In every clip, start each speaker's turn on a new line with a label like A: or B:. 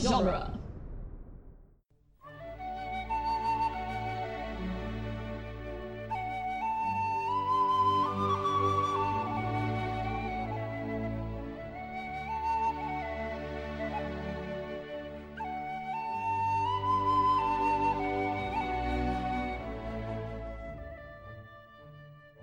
A: genre.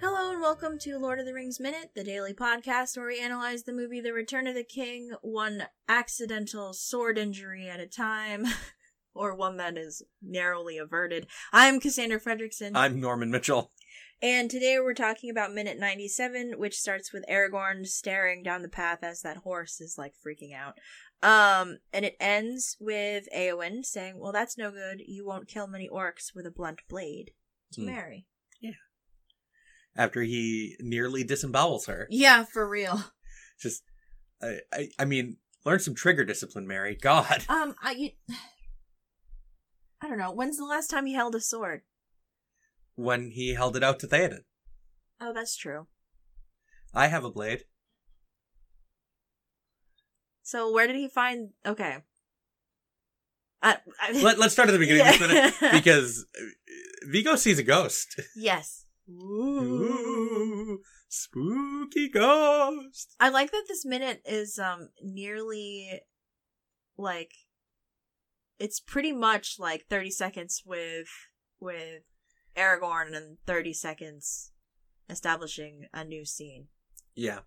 B: Hello and welcome to Lord of the Rings Minute, the daily podcast where we analyze the movie The Return of the King one accidental sword injury at a time, or one that is narrowly averted. I'm Cassandra Fredrickson,
C: I'm Norman Mitchell.
B: and today we're talking about minute 97, which starts with Aragorn staring down the path as that horse is like freaking out. Um, and it ends with Eowyn saying, Well, that's no good. You won't kill many orcs with a blunt blade. To
C: Hmm.
B: Mary.
C: After he nearly disembowels her,
B: Yeah, for real.
C: just I, I, I mean, learn some trigger discipline, Mary. God,
B: Um, I you, I don't know. When's the last time he held a sword?
C: when he held it out to Theoden,
B: Oh, that's true.
C: I have a blade.
B: So where did he find? Okay. I, I,
C: Let, let's start at the beginning of this minute
B: Yeah.
C: because uh, Vigo sees a ghost.
B: yes.
C: Ooh, spooky ghost.
B: I like that this minute is um nearly like it's pretty much like 30 seconds with with Aragorn and 30 seconds establishing a new scene.
C: Yeah,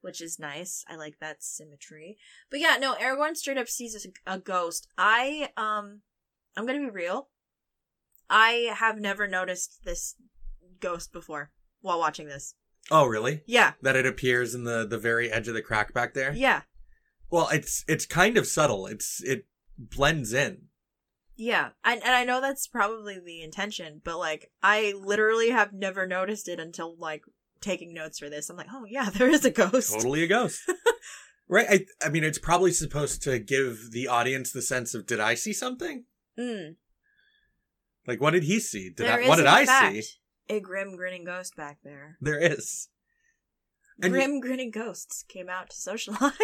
B: which is nice. I like that symmetry. But yeah, no, Aragorn straight up sees a, a ghost. I um I'm going to be real. I have never noticed this ghost before while watching this.
C: Oh, really?
B: Yeah.
C: That it appears in the the very edge of the crack back there.
B: Yeah.
C: Well, it's it's kind of subtle. It's it blends in.
B: Yeah. And and I know that's probably the intention, but like I literally have never noticed it until like taking notes for this. I'm like, "Oh yeah, there is a ghost."
C: totally a ghost. right? I, I mean, it's probably supposed to give the audience the sense of, did I see something?
B: Mm.
C: Like, what did he see? Did
B: There
C: I, what
B: is,
C: did
B: in
C: I see?
B: fact, A grim grinning ghost back there.
C: There is. And you-
B: Grim grinning ghosts came out to socialize.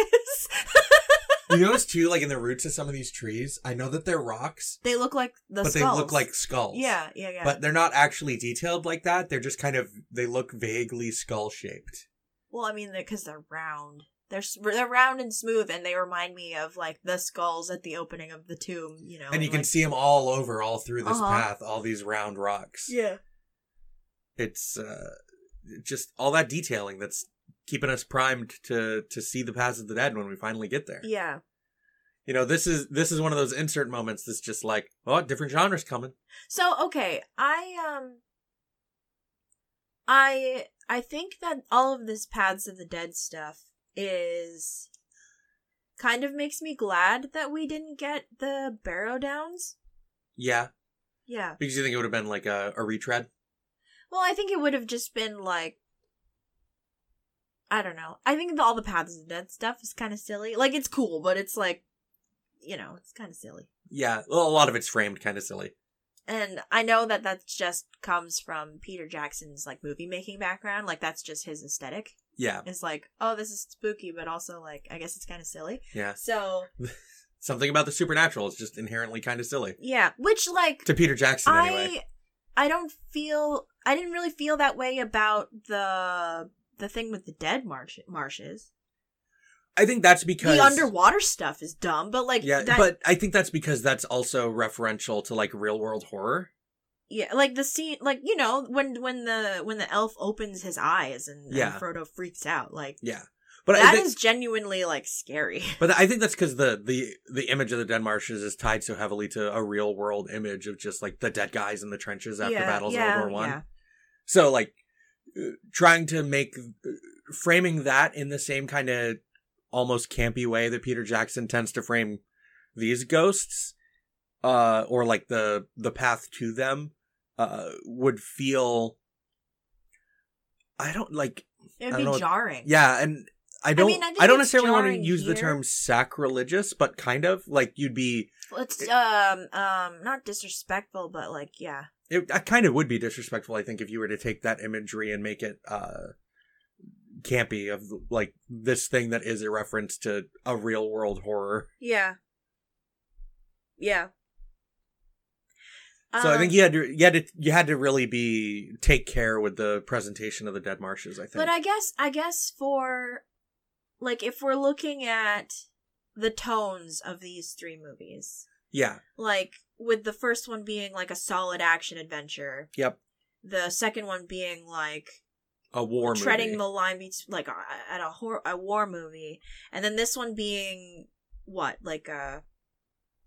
C: you notice too, like in the roots of some of these trees, I know that they're rocks,
B: they look like the
C: but
B: skulls.
C: they look like skulls.
B: yeah, yeah, yeah.
C: But they're not actually detailed like that. They're just kind of they look vaguely skull shaped.
B: well, I mean, because they're, round. They're s- they're round and smooth, and they remind me of like the skulls at the opening of the tomb. You know,
C: and you can
B: like-
C: see them all over, all through this
B: Oh Uh-huh.
C: path, all these round rocks.
B: Yeah,
C: It's uh, just all that detailing that's keeping us primed to to see the paths of the dead when we finally get there.
B: yeah.
C: you know this is this is one of those insert moments that's just like oh different genres coming
B: So okay, I um, I I think that all of this paths of the dead stuff is kind of makes me glad that we didn't get the barrow downs.
C: yeah
B: Yeah.
C: because you think it would have been like a, a retread
B: Well, I think it would have just been like I don't know. I think the, all the paths of the dead stuff is kind of silly. Like it's cool, but it's like you know, it's kind of silly.
C: yeah well, a lot of it's framed kind of silly
B: And I know that that just comes from Peter Jackson's like movie making background. Like that's just his aesthetic.
C: yeah
B: It's like, oh, this is spooky, but also like I guess it's kind of silly.
C: yeah
B: So
C: something about the supernatural is just inherently kind of silly
B: yeah, which like
C: to peter jackson anyway
B: I I don't feel I didn't really feel that way about the the thing with the dead marsh, marshes.
C: i think that's because
B: the underwater stuff is dumb, but like
C: yeah
B: that,
C: but i think that's because that's also referential to like real world horror
B: yeah, like the scene, like you know when when the when the elf opens his eyes and, and
C: Yeah.
B: Frodo freaks out, like
C: yeah but I
B: that
C: think,
B: is genuinely like scary.
C: but I think that's because the, the the image of the dead marshes is tied so heavily to a real world image of just like the dead guys in the trenches after
B: yeah,
C: battles
B: yeah,
C: of World War One.
B: yeah.
C: So like uh, trying to make uh, framing that in the same kind of almost campy way that Peter Jackson tends to frame these ghosts uh or like the the path to them uh would feel I don't like
B: It would
C: I
B: be
C: don't know.
B: jarring.
C: yeah and I don't I,
B: mean, I think
C: don't
B: it's
C: necessarily want to
B: jarring
C: use the
B: here.
C: term sacrilegious but kind of like you'd be
B: it's um um not disrespectful, but like yeah,
C: it I kind of would be disrespectful i think if you were to take that imagery and make it uh campy of like this thing that is a reference to a real world horror
B: yeah. Yeah.
C: So I
B: Um,
C: think you had to you had to you had to really be take care with the presentation of the dead marshes. I think.
B: But I guess I guess for like if we're looking at the tones of these three movies,
C: yeah.
B: like with the first one being like a solid action adventure,
C: Yep.
B: the second one being like
C: A war
B: treading
C: movie.
B: the line bet- like a- at a hor- a war movie, and then this one being what like a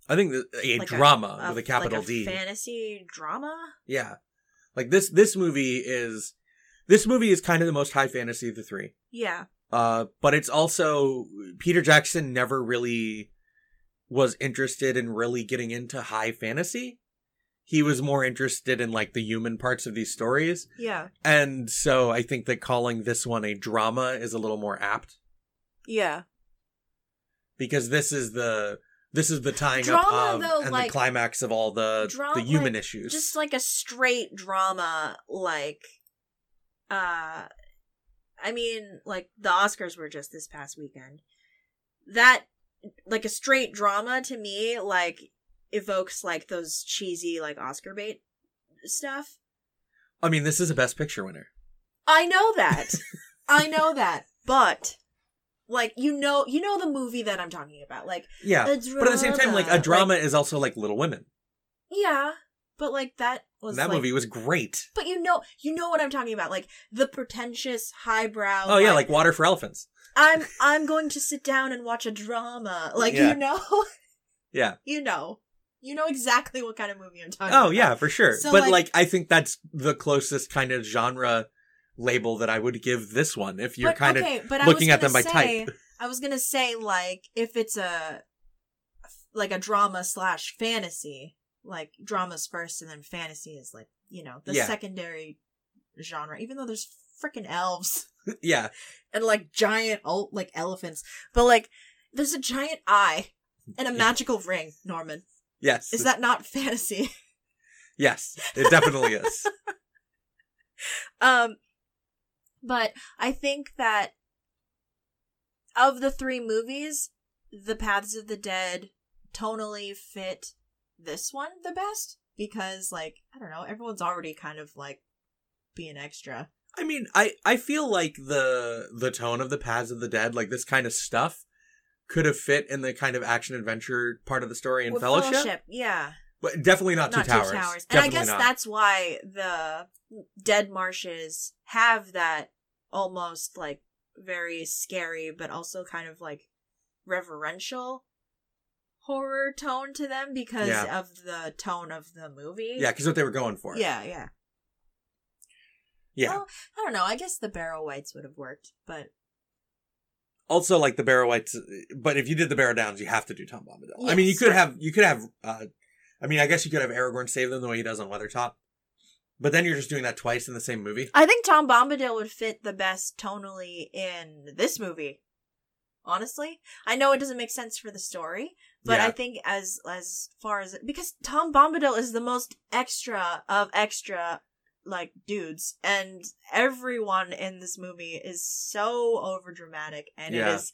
C: I think the, a
B: like
C: drama
B: a-
C: Uh, with a capital
B: like a
C: D.
B: fantasy drama.
C: yeah. Like this this movie is this movie is kind of the most high fantasy of the three.
B: Yeah,
C: Uh, but it's also Peter Jackson never really was interested in really getting into high fantasy. He was more interested in like the human parts of these stories.
B: yeah,
C: And so I think that calling this one a drama is a little more apt
B: yeah.
C: because this is the this is the tying
B: Drama,
C: up of
B: though,
C: and
B: like-
C: the climax of all the
B: Dra-
C: the human
B: like,
C: issues.
B: Just like a straight drama, like, uh, I mean, like the Oscars were just this past weekend. That, like, a straight drama to me, like, evokes like those cheesy like Oscar bait stuff.
C: I mean, this is a best picture winner.
B: I know that. I know that. But like you know you know the movie that I'm talking about. Like
C: Yeah.
B: a
C: But at the same time, like a drama is also like Little Women.
B: yeah. But like that was
C: And that
B: like,
C: movie was great.
B: But you know you know what I'm talking about. Like the pretentious highbrow
C: Oh yeah, like Water for Elephants.
B: I'm I'm going to sit down and watch a drama. Like
C: Yeah.
B: you know
C: Yeah.
B: you know. You know exactly what kind of movie I'm talking about.
C: Oh yeah, for sure.
B: So,
C: but like,
B: like-
C: I think that's the closest kind of genre label that I would give this one. If you're
B: But,
C: kind
B: okay, but I
C: of
B: was
C: looking at them
B: gonna
C: by
B: say-
C: type,
B: I was gonna say like if it's a like a drama slash fantasy, like dramas first and then fantasy is like you know the
C: Yeah.
B: secondary genre. Even though there's freaking elves
C: yeah,
B: and like giant el- like elephants, but like there's a giant eye and a
C: Yeah.
B: magical ring. Norman,
C: yes,
B: is that not fantasy?
C: yes, it definitely is.
B: Um, but I think that of the three movies, The Paths of the Dead tonally fit this one the best because, like, I don't know, everyone's already kind of like being extra.
C: I mean, I I feel like the the tone of the Paths of the Dead, like this kind of stuff, could have fit in the kind of action adventure part of the story in
B: With
C: Fellowship,
B: yeah,
C: but definitely not, Two Towers.
B: And I
C: Definitely
B: guess
C: not.
B: that's why the Dead Marshes have that almost like very scary, but also kind of like reverential horror tone to them because
C: Yeah.
B: of the tone of the movie.
C: yeah, because what they were going for.
B: Yeah, yeah.
C: yeah.
B: Well, I don't know. I guess the Barrow Whites would have worked, but
C: also like the Barrow Whites, but if you did the Barrow Downs, you have to do Tom Bombadil. I
B: Yes,
C: mean, you could
B: right.
C: have, you could have, uh, I mean, I guess you could have Aragorn save them the way he does on Weathertop, but then you're just doing that twice in the same movie.
B: I think Tom Bombadil would fit the best tonally in this movie. Honestly, I know it doesn't make sense for the story, but
C: Yeah.
B: I think as as far as because Tom Bombadil is the most extra of extra like dudes and everyone in this movie is so overdramatic and it
C: Yeah.
B: is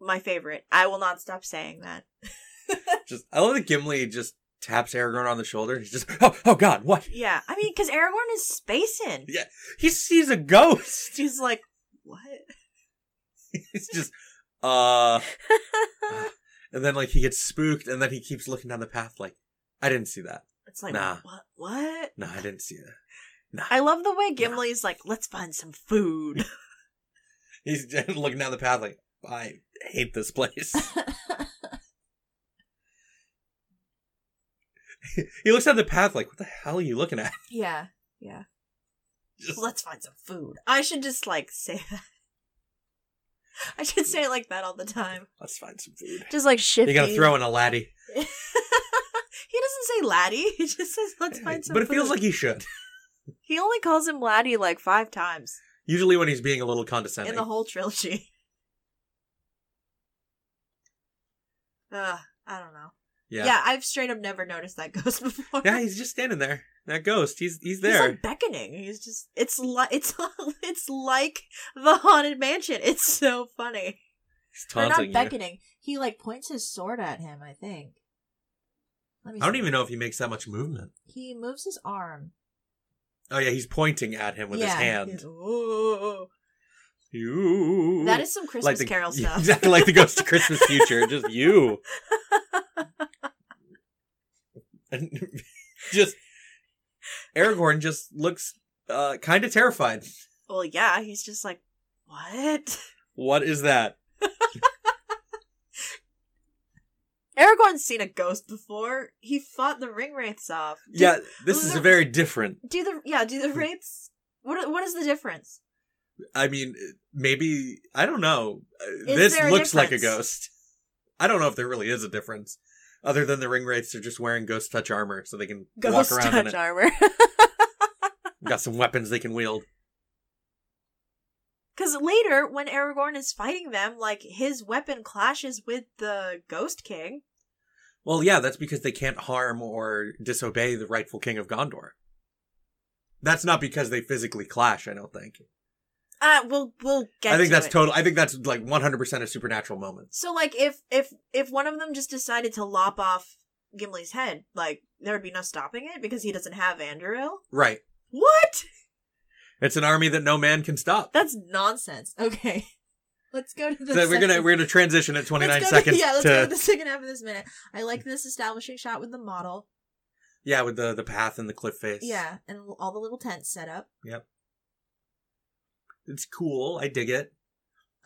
B: my favorite. I will not stop saying that.
C: Just, I love that Gimli just taps Aragorn on the shoulder. He's just, oh, oh God, what?
B: Yeah, I mean cuz Aragorn is spacing.
C: He sees a ghost.
B: He's like, "What?"
C: It's just, uh, and then like he gets spooked, and then he keeps looking down the path like, I didn't see that.
B: It's like,
C: Nah.
B: "What? What?"
C: No, I didn't see that.
B: I love the way Gimli's like, let's find some food.
C: He's just looking down the path like, I hate this place. he looks down the path like, what the hell are you looking at?
B: yeah.
C: Just-
B: Let's find some food. I should just like say that. I should say it like that all the time.
C: Let's find some food.
B: Just like shifty.
C: You're gonna throw in a laddie,
B: he doesn't say laddie. He just says, let's find some
C: but it feels
B: food."
C: like he should.
B: he only calls him laddie like five times
C: Usually when he's being a little
B: in
C: condescending.
B: the whole trilogy. Ugh, I don't know.
C: yeah.
B: Yeah. I've straight up never noticed that ghost before.
C: Yeah, he's just standing there. That ghost, he's he's
B: He's
C: there.
B: like beckoning. He's just it's like it's it's like the haunted mansion. It's so funny.
C: He's
B: Or not
C: taunting you.
B: beckoning. He like points his sword at him. I think. Let me
C: I don't
B: see.
C: even know if he makes that much movement.
B: He moves his arm.
C: Oh yeah, he's pointing at him with his
B: Yeah.
C: hand.
B: He's- Ooh.
C: You.
B: That is some Christmas
C: the,
B: Carol stuff.
C: Exactly like the Ghost of Christmas Future. Just you. And just Aragorn just looks uh, kind of terrified.
B: well, yeah, he's just like, what?
C: What is that?
B: Aragorn's seen a ghost before. He fought the ring wraiths off. Do-
C: yeah, this is a very different.
B: Do the yeah? Do the wraiths? What are- what is the difference?
C: I mean, maybe I don't know. Uh,
B: Is
C: this
B: there a
C: looks like a
B: difference?
C: ghost. I don't know if there really is a difference, other than the ring wraiths are just wearing ghost touch armor, so they can
B: Ghost
C: walk around in
B: touch
C: it.
B: armor.
C: Got some weapons they can wield.
B: Because later, when Aragorn is fighting them, like his weapon clashes with the Ghost King.
C: Well, yeah, that's because they can't harm or disobey the rightful king of Gondor. That's not because they physically clash, I don't think.
B: Uh, we'll we'll get.
C: I think
B: to
C: that's
B: it.
C: total I think that's like 100% a supernatural moment.
B: So like if if if one of them just decided to lop off Gimli's head, like there would be no stopping it because he doesn't have Anduril.
C: Right.
B: What?
C: It's an army that no man can stop.
B: That's nonsense. Okay. Let's go to the
C: So we're going to
B: second-
C: we're going to transition at 29
B: let's go to-
C: seconds
B: yeah, let's
C: to
B: go to the second half of this minute. I like this establishing shot with the model.
C: yeah, with the the path and the cliff face.
B: Yeah, and all the little tents set up.
C: It's cool. I dig it.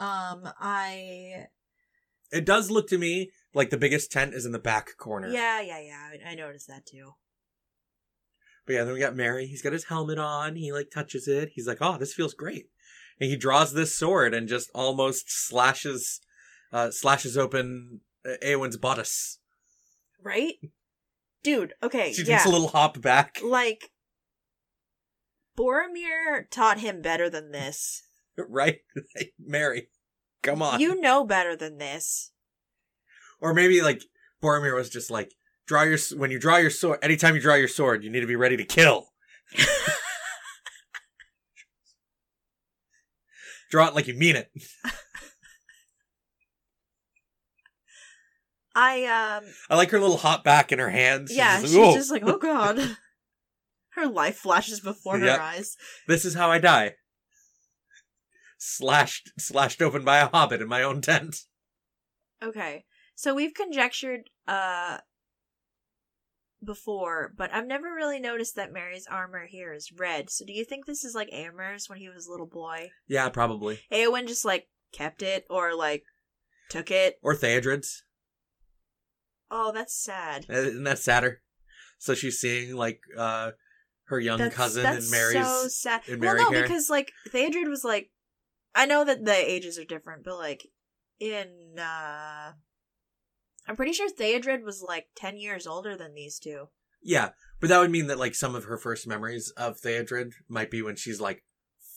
B: Um I
C: It does look to me like the biggest tent is in the back corner.
B: Yeah, yeah, yeah. I, I noticed that too.
C: But yeah, then we got Mary. He's got his helmet on. He like touches it. He's like, "Oh, this feels great." And he draws this sword and just almost slashes, uh, slashes open uh, Eowyn's bodice.
B: Right? Dude, okay.
C: She
B: yeah.
C: takes a little hop back,
B: like Boromir taught him better than this.
C: right? Like, Mary, come on.
B: You know better than this.
C: or maybe like Boromir was just like, "Draw your s- when you draw your sword. Anytime you draw your sword, you need to be ready to kill." draw it like you mean it.
B: I um
C: I like her little hop back in her hands. She's
B: yeah,
C: just like,
B: she's
C: "Whoa,
B: just like, "Oh god." Her life flashes before her
C: Yep.
B: eyes.
C: This is how I die. Slashed slashed open by a hobbit in my own tent.
B: Okay. So we've conjectured uh before, but I've never really noticed that Mary's armor here is red. So do you think this is like Amher's when he was a little boy?
C: Yeah, probably.
B: Eowyn just like kept it or like took it.
C: Or Theodred's. Eh,
B: Oh, that's sad.
C: Isn't that sadder? So she's seeing like uh her young
B: That's-
C: cousin
B: that's
C: and Mary's
B: so sad.
C: in
B: well,
C: Mary
B: no,
C: hair.
B: because like Theodred was like, I know that the ages are different, but like in, uh I'm pretty sure Theodred was like ten years older than these two.
C: Yeah. But that would mean that like some of her first memories of Theodred might be when she's like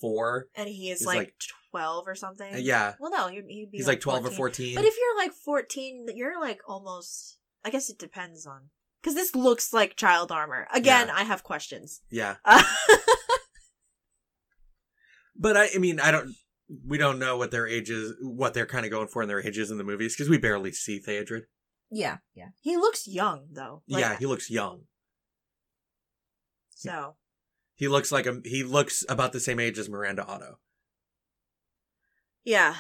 C: four.
B: And he is
C: He's,
B: like,
C: like-
B: twelve or something.
C: Uh, yeah.
B: Well, no, he'd, he'd be
C: He's like twelve or fourteen.
B: But if you're like fourteen, you're like almost. I guess it depends on because this looks like child armor. Again,
C: Yeah.
B: I have questions.
C: yeah.
B: Uh,
C: But I, I mean I don't we don't know what their ages what they're kind of going for in their ages in the movies because we barely see Theodred.
B: yeah, yeah. He looks young though. Like,
C: yeah, he looks young.
B: So
C: He looks like a he looks about the same age as Miranda Otto,
B: yeah,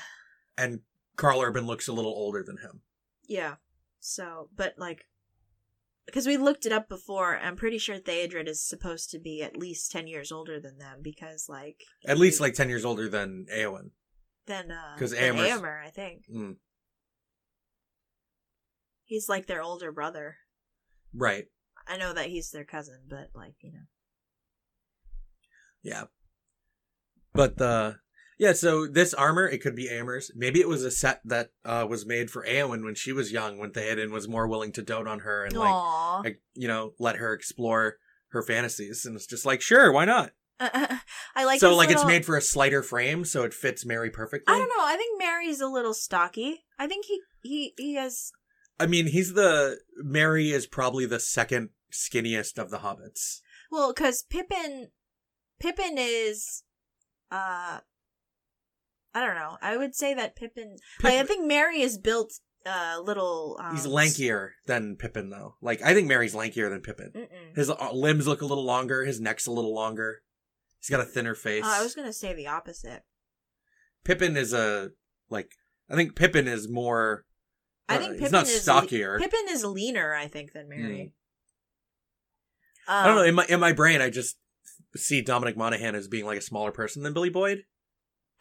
C: and Carl Urban looks a little older than him.
B: yeah. So, but like, because we looked it up before, I'm pretty sure Theodred is supposed to be at least ten years older than them because like
C: At least like ten years older than Eowyn.
B: than uh
C: 'cause
B: than
C: Amor's-
B: Aemor, I think
C: Mm,
B: he's like their older brother.
C: right?
B: I know that he's their cousin, but like you know.
C: Yeah. But the yeah, so this armor it could be Amher's. Maybe it was a set that uh, was made for Eowyn when she was young, when Theoden was more willing to dote on her and like,
B: Aww.
C: like you know let her explore her fantasies, and it's just like sure, why not?
B: I like
C: so
B: this
C: like it's
B: little-
C: made for a slighter frame, so it fits Mary perfectly.
B: I don't know. I think Mary's a little stocky. I think he he he has.
C: I mean, he's the Mary is probably the second skinniest of the hobbits.
B: Well, because Pippin, Pippin is, uh, I don't know. I would say that Pippin. like, I
C: Pippin-
B: think Mary is built uh, little. Um,
C: He's lankier than Pippin, though. Like, I think Mary's lankier than Pippin.
B: Mm-mm.
C: His uh, limbs look a little longer. His neck's a little longer. He's got a thinner face.
B: Uh, I was gonna say the opposite.
C: Pippin is a like. I think Pippin is more.
B: I
C: uh,
B: think
C: he's
B: Pippin
C: not
B: is
C: stockier. Hmm.
B: Pippin is leaner, I think, than Mary. Um,
C: I don't know. In my in my brain, I just see Dominic Monaghan as being like a smaller person than Billy Boyd.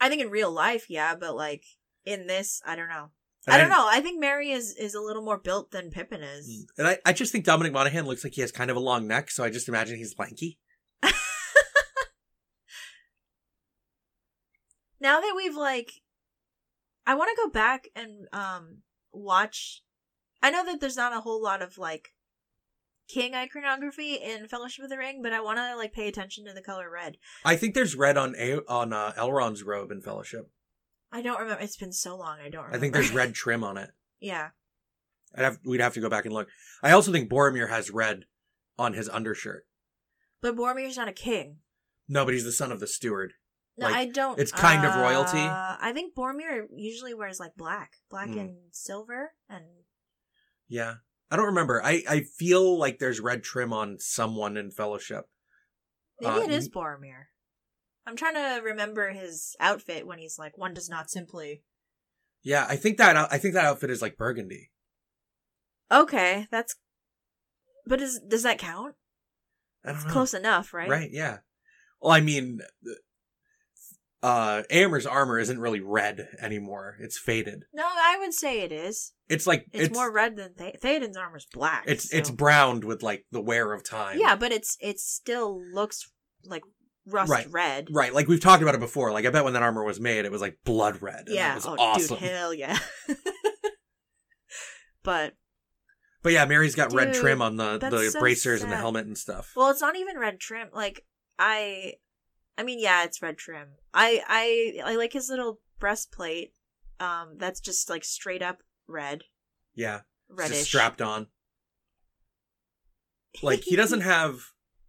B: I think in real life, yeah, but like in this, I don't know.
C: And
B: I don't know. I think Mary is is a little more built than Pippin is.
C: And I, I just think Dominic Monaghan looks like he has kind of a long neck, so I just imagine he's lanky.
B: Now that we've like, I want to go back and um watch. I know that there's not a whole lot of like king iconography in Fellowship of the Ring, but I want to like pay attention to the color red.
C: I think there's red on a- on uh, Elrond's robe in Fellowship.
B: I don't remember. It's been so long. I don't. remember.
C: I think there's red trim on it.
B: yeah.
C: I'd have, we'd have to go back and look. I also think Boromir has red on his undershirt.
B: But Boromir's not a king.
C: No, but he's the son of the steward.
B: No,
C: Like,
B: I don't.
C: it's kind of royalty.
B: Uh, I think Boromir usually wears like black, black
C: Hmm.
B: and silver, and
C: Yeah. I don't remember. I, I feel like there's red trim on someone in Fellowship.
B: maybe
C: Uh,
B: it is Boromir. I'm trying to remember his outfit when he's like, "One does not simply."
C: Yeah, I think that I think that outfit is like burgundy.
B: Okay, that's. But is does that count?
C: I don't
B: It's
C: know.
B: close enough, right?
C: Right, yeah. Well, I mean uh Amer's armor isn't really red anymore. It's faded.
B: No, I would say it is.
C: It's like
B: It's, more red than Th- Theoden's armor's black.
C: it's
B: so-
C: it's browned with like the wear of time.
B: yeah, but it's it still looks like rust
C: Right.
B: red.
C: Right, like we've talked about it before. Like I bet when that armor was made, it was like blood red. and that
B: Yeah.
C: was
B: oh,
C: awesome.
B: dude, hell yeah. but
C: But yeah, Mary's got red
B: Dude,
C: trim on the
B: that's
C: the
B: so
C: bracers and the
B: sad.
C: helmet and stuff.
B: well, it's not even red trim. Like I, I mean, yeah, it's red trim. I, I, I like his little breastplate. Um, that's just like straight up red,
C: yeah, it's
B: reddish.
C: just strapped on. Like he doesn't have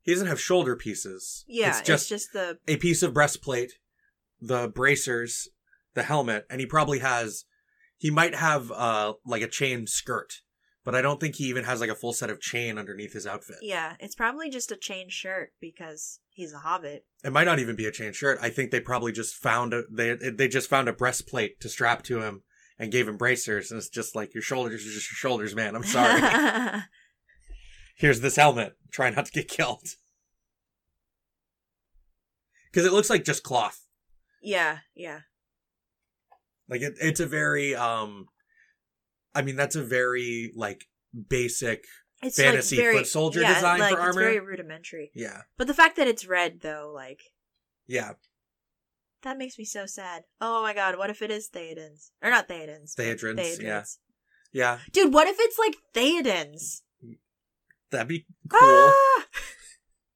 C: he doesn't have shoulder pieces.
B: yeah,
C: it's just,
B: the
C: a piece of breastplate, the bracers, the helmet, and he probably has he might have uh like a chain skirt, but I don't think he even has like a full set of chain underneath his outfit.
B: yeah. It's probably just a chain shirt because he's a hobbit.
C: It might not even be a chain shirt. I think they probably just found a they they just found a breastplate to strap to him and gave him bracers, and it's just like your shoulders are just your shoulders, man. I'm Oh, sorry. Here's this helmet. Try not to get killed. Because it looks like just cloth.
B: yeah, yeah.
C: Like it, it's a very um I mean that's a very like basic
B: It's
C: Fantasy
B: like very,
C: foot soldier
B: yeah,
C: design for
B: like, It's
C: armor?
B: very rudimentary.
C: yeah.
B: But the fact that it's red though, like
C: Yeah.
B: That makes me so sad. Oh my god, what if it is Theoden's? Or not Theoden's. but
C: Theoden's, yeah. Yeah.
B: Dude, what if it's like Theoden's?
C: That'd be cool.
B: Ah!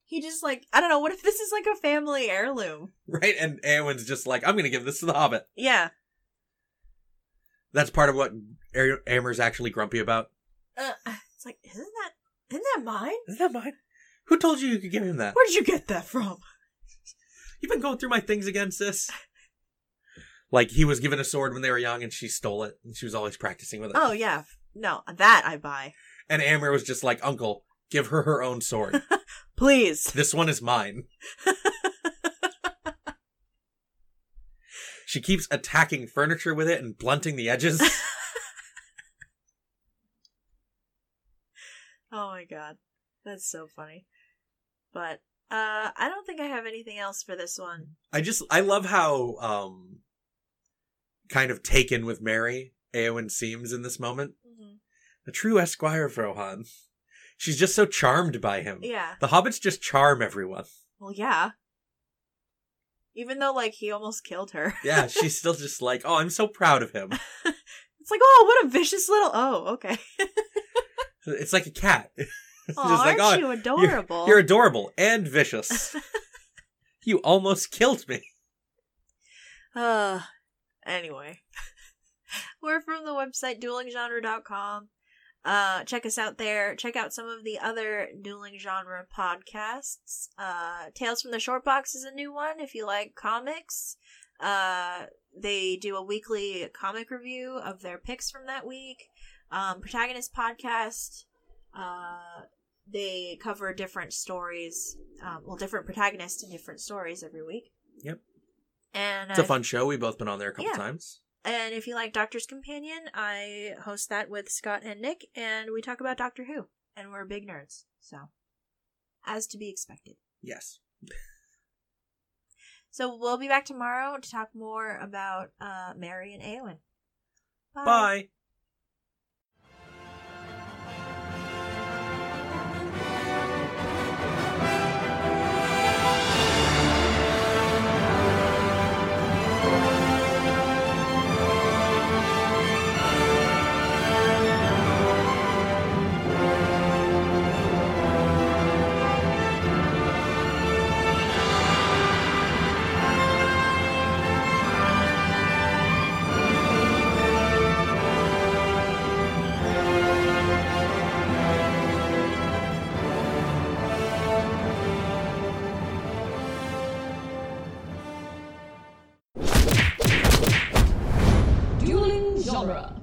B: He just like, I don't know, what if this is like a family heirloom?
C: Right? And Eowyn's just like, I'm gonna give this to the Hobbit.
B: Yeah.
C: That's part of what Aer- Amer's actually grumpy about.
B: Uh, it's like, isn't that, isn't that mine?
C: Is that mine? Who told you you could give him that?
B: Where'd you get that from?
C: You've been going through my things again, sis. Like he was given a sword when they were young and she stole it and she was always practicing with it.
B: Oh yeah, no, that I buy.
C: And Amer was just like, Uncle, give her her own sword.
B: Please.
C: this one is mine. she keeps attacking furniture with it and blunting the edges.
B: Oh my god. That's so funny. But, uh, I don't think I have anything else for this one.
C: I just I love how um kind of taken with Mary Eowyn seems in this moment.
B: Mm-hmm.
C: A true esquire of Rohan. She's just so charmed by him.
B: Yeah.
C: The hobbits just charm everyone.
B: Well, yeah. Even though, like, he almost killed her.
C: Yeah, she's still just like, "Oh, I'm so proud of him."
B: It's like, oh, what a vicious little. Oh, okay.
C: It's like a cat. It's
B: Oh, aren't you adorable?
C: You're adorable and vicious. you almost killed me.
B: Uh, anyway, we're from the website duelinggenre.com. Uh, check us out there. Check out some of the other dueling genre podcasts. Uh, Tales from the Short Box is a new one if you like comics. Uh, they do a weekly comic review of their picks from that week. Um, Protagonist podcast. Uh, they cover different stories, um, well, different protagonists and different stories every week.
C: Yep.
B: And
C: It's a
B: I-
C: fun show. We've both been on there a couple
B: Yeah.
C: times.
B: and if you like Doctor's Companion, I host that with Scott and Nick, and we talk about Doctor Who, and we're big nerds, so as to be expected.
C: Yes.
B: So we'll be back tomorrow to talk more about uh, Mary and Aowen.
C: Bye.
A: Dueling genre.